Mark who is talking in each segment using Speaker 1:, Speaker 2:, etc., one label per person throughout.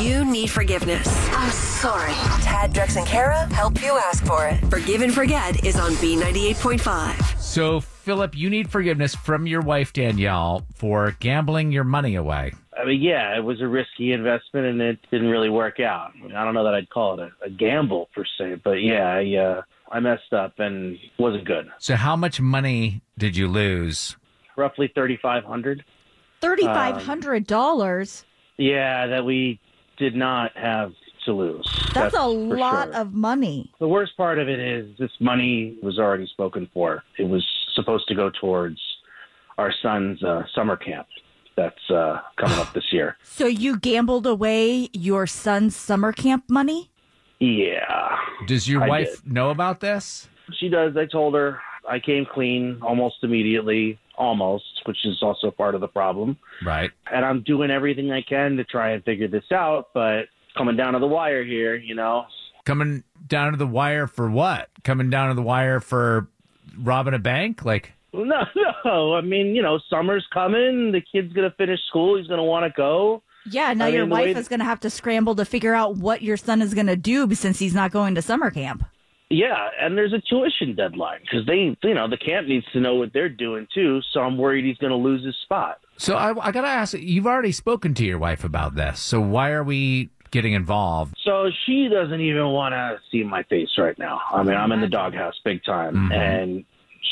Speaker 1: You need forgiveness. I'm sorry. Tad, Drex, and Kara help you ask for it. Forgive and Forget is on B98.5.
Speaker 2: So, Philip, you need forgiveness from your wife, Danielle, for gambling your money away.
Speaker 3: I mean, yeah, it was a risky investment and it didn't really work out. I, mean, I don't know that I'd call it a, a gamble per se, but yeah, I, uh, I messed up and wasn't good.
Speaker 2: So, how much money did you lose?
Speaker 3: Roughly thirty five hundred.
Speaker 4: $3,500?
Speaker 3: Yeah, that we did not have to lose.
Speaker 4: that's, a
Speaker 3: for
Speaker 4: lot
Speaker 3: sure.
Speaker 4: of money.
Speaker 3: The worst part of it is this money was already spoken for. It was supposed to go towards our son's uh, summer camp that's uh, coming up this year.
Speaker 4: So you gambled away your son's summer camp money?
Speaker 3: Yeah.
Speaker 2: Does your
Speaker 3: I
Speaker 2: wife know about this?
Speaker 3: She does. I told her I came clean almost immediately, almost, which is also part of the problem.
Speaker 2: Right.
Speaker 3: And I'm doing everything I can to try and figure this out, but coming down to the wire here, you know,
Speaker 2: Coming down to the wire for what? Coming down to the wire for robbing a bank? Like,
Speaker 3: No, no. I mean, you know, summer's coming. The kid's gonna finish school. He's gonna want to go.
Speaker 4: Yeah, now
Speaker 3: I
Speaker 4: your
Speaker 3: mean, the
Speaker 4: wife
Speaker 3: way-
Speaker 4: is going to have to scramble to figure out what your son is going to do since he's not going to summer camp.
Speaker 3: Yeah, and there's a tuition deadline because they, you know, the camp needs to know what they're doing too. So I'm worried he's gonna lose his spot.
Speaker 2: so I, I got to ask you've already spoken to your wife about this. So, why are we getting involved?
Speaker 3: So she doesn't even want to see my face right now. I mean, I'm in the doghouse big time,
Speaker 2: Mhm.
Speaker 3: and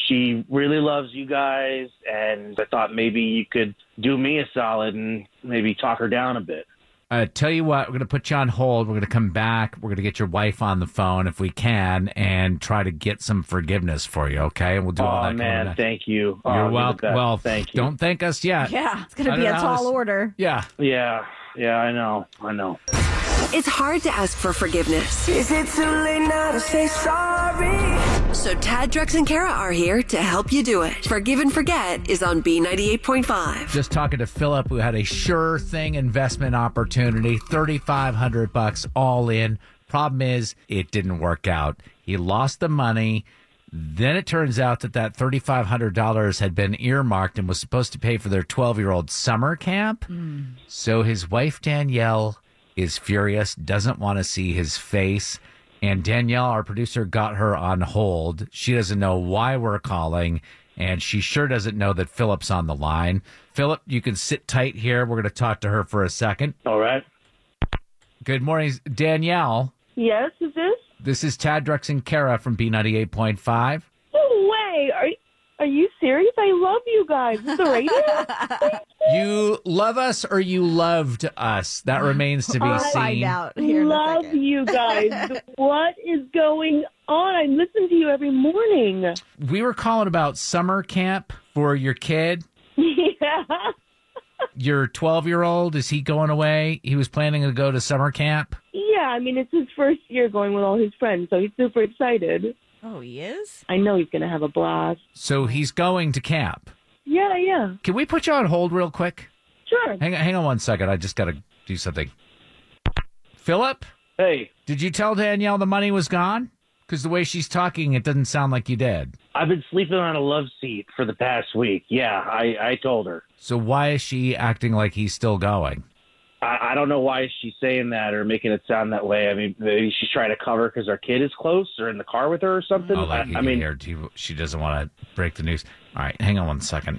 Speaker 3: she really loves you guys. And I thought maybe you could do me a solid and maybe talk her down a bit.
Speaker 2: Uh, tell you what, we're going to put you on hold. We're going to come back. We're going to get your wife on the phone if we can and try to get some forgiveness for you, okay? And we'll do all
Speaker 3: Oh
Speaker 2: that. coming
Speaker 3: man,
Speaker 2: back.
Speaker 3: thank you. Oh,
Speaker 2: You're
Speaker 3: the
Speaker 2: welcome.
Speaker 3: best.
Speaker 2: Well,
Speaker 3: thank you.
Speaker 2: don't thank us yet.
Speaker 4: Yeah, it's
Speaker 2: I
Speaker 4: going to be
Speaker 2: don't know
Speaker 4: a
Speaker 2: how
Speaker 4: tall
Speaker 2: this-
Speaker 4: order.
Speaker 2: Yeah.
Speaker 3: Yeah, yeah, I know, I know.
Speaker 1: It's hard to ask for forgiveness.
Speaker 5: Is it too late now to say sorry?
Speaker 1: So Tad, Drex, and Kara are here to help you do it. Forgive and Forget is on B98.5.
Speaker 2: Just talking to Philip, who had a sure thing investment opportunity, thirty five hundred bucks all in. Problem is, it didn't work out. He lost the money. Then it turns out that that thirty five hundred dollars had been earmarked and was supposed to pay for their twelve year old summer camp. So his wife Danielle is furious, doesn't want to see his face. And Danielle, our producer, got her on hold. She doesn't know why we're calling, and she sure doesn't know that Philip's on the line. Philip, you can sit tight here. We're going to talk to her for a second.
Speaker 3: All right.
Speaker 2: Good morning, Danielle.
Speaker 6: Yes, is this?
Speaker 2: This is Tad Drex and Kara from B98.5.
Speaker 6: No way. Are are you serious? I love you guys. It's the radio?
Speaker 2: You love us or you loved us? That remains to be
Speaker 4: We'll
Speaker 2: seen.
Speaker 4: Oh, find out here in a
Speaker 6: love
Speaker 4: second.
Speaker 6: you guys. what is going on? I listen to you every morning.
Speaker 2: We were calling about summer camp for your kid.
Speaker 6: yeah.
Speaker 2: your 12 year old is he going away he was planning to go to summer camp
Speaker 6: Yeah, I mean it's his first year going with all his friends, so he's super excited.
Speaker 4: Oh, he is?
Speaker 6: I know he's gonna have a blast.
Speaker 2: so he's going to camp
Speaker 6: Yeah, yeah.
Speaker 2: can we put you on hold real quick
Speaker 6: Sure.
Speaker 2: hang on hang on one second i just gotta do something philip
Speaker 3: Hey,
Speaker 2: did you tell danielle the money was gone because the way she's talking it doesn't sound like you did
Speaker 3: I've been sleeping on a love seat for the past week. Yeah, I, I told her.
Speaker 2: so why is she acting like he's still going
Speaker 3: I, I don't know why she's saying that or making it sound that way. I mean, maybe she's trying to cover because our kid is close or in the car with her or something.
Speaker 2: oh like
Speaker 3: I-
Speaker 2: you
Speaker 3: I
Speaker 2: can
Speaker 3: mean,
Speaker 2: hear she, she doesn't want to break the news all right hang on one second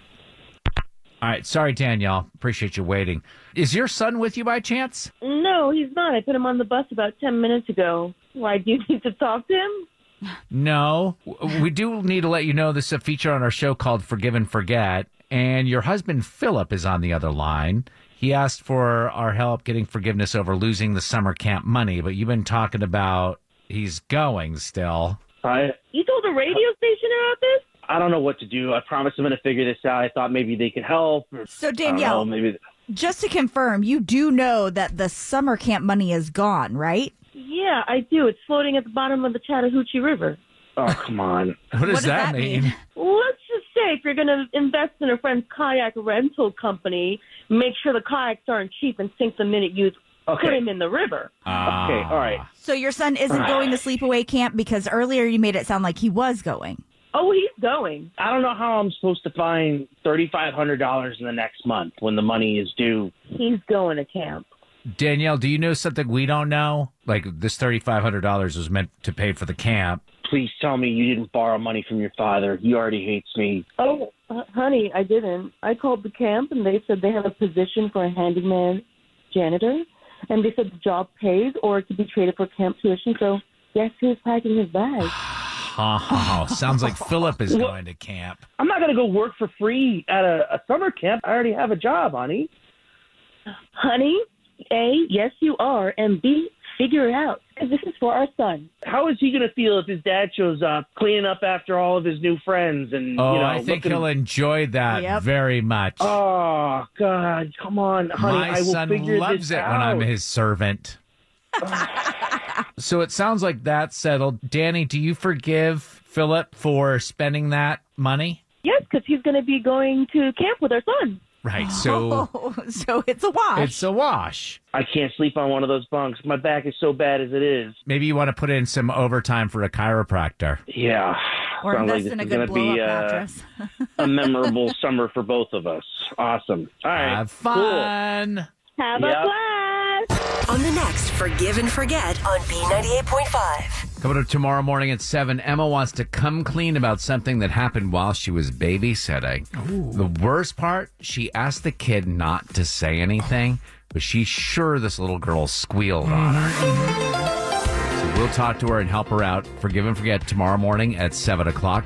Speaker 2: all right sorry danielle appreciate you waiting is your son with you by chance
Speaker 6: No, he's not. I put him on the bus about ten minutes ago. Why do you need to talk to him?
Speaker 2: No, W- we do need to let you know this is a feature on our show called Forgive and Forget. And your husband, Philip, is on the other line. He asked for our help getting forgiveness over losing the summer camp money, but you've been talking about he's going still.
Speaker 3: I,
Speaker 6: You told the radio station about this?
Speaker 3: I don't know what to do. I promise I'm going to figure this out. I thought maybe they could help. Or,
Speaker 4: So,
Speaker 3: I don't know,
Speaker 4: Danielle,
Speaker 3: maybe
Speaker 4: just to confirm, you do know that the summer camp money is gone, right?
Speaker 6: Yeah, I do. It's floating at the bottom of the Chattahoochee River.
Speaker 3: Oh, come on.
Speaker 2: What does,
Speaker 4: does that mean?
Speaker 6: Let's just say if you're going to invest in a friend's kayak rental company, make sure the kayaks aren't cheap and sink the minute you put
Speaker 3: Okay.
Speaker 6: them in the river.
Speaker 2: Uh,
Speaker 3: Okay, all right.
Speaker 2: Ah.
Speaker 4: So your son isn't going to sleepaway camp because earlier you made it sound like he was going.
Speaker 6: Oh, he's going.
Speaker 3: I don't know how I'm supposed to find $3,500 in the next month when the money is due.
Speaker 6: He's going to camp.
Speaker 2: Danielle, do you know something we don't know? Like this $3,500 was meant to pay for the camp.
Speaker 3: Please tell me you didn't borrow money from your father. He already hates me.
Speaker 6: Oh, uh, honey, I didn't. I called the camp and they said they have a position for a handyman janitor, and they said the job pays or it could be traded for camp tuition. So yes, he was packing his bag.
Speaker 2: Oh, sounds like Philip is going to camp.
Speaker 3: I'm not going to go work for free at a, a summer camp. I already have a job, honey.
Speaker 6: Honey, a yes you are, and b figure it out. This is for our son.
Speaker 3: How is he going to feel if his dad shows up cleaning up after all of his new friends? And
Speaker 2: Oh,
Speaker 3: you know,
Speaker 2: I think
Speaker 3: looking-
Speaker 2: he'll enjoy that
Speaker 4: Yep.
Speaker 2: very much.
Speaker 3: Oh God, come on, honey.
Speaker 2: My
Speaker 3: I will
Speaker 2: son
Speaker 3: figure
Speaker 2: loves
Speaker 3: this
Speaker 2: it
Speaker 3: out.
Speaker 2: when I'm his servant. so it sounds like that's settled. Danny, do you forgive Philip for spending that money?
Speaker 6: Yes, because he's going to be going to camp with our son.
Speaker 2: Right. So
Speaker 4: Oh, so it's a wash.
Speaker 2: it's a wash.
Speaker 3: I can't sleep on one of those bunks. My back is so bad as it is.
Speaker 2: Maybe you want to put in some overtime for a chiropractor.
Speaker 3: Yeah.
Speaker 4: or
Speaker 3: Sounds like
Speaker 4: invest
Speaker 3: this
Speaker 4: in a
Speaker 3: is
Speaker 4: good
Speaker 3: gonna
Speaker 4: blow up
Speaker 3: be, uh,
Speaker 4: mattress.
Speaker 3: a memorable summer for both of us. Awesome. All right.
Speaker 2: Have
Speaker 3: Cool.
Speaker 2: fun.
Speaker 6: Have
Speaker 3: Yep.
Speaker 6: a blast.
Speaker 1: On the next Forgive and Forget on B98.5.
Speaker 2: Coming up tomorrow morning at 7, Emma wants to come clean about something that happened while she was babysitting. The worst part, she asked the kid not to say anything, but she's sure this little girl squealed on her. So we'll talk to her and help her out. Forgive and forget tomorrow morning at 7 o'clock.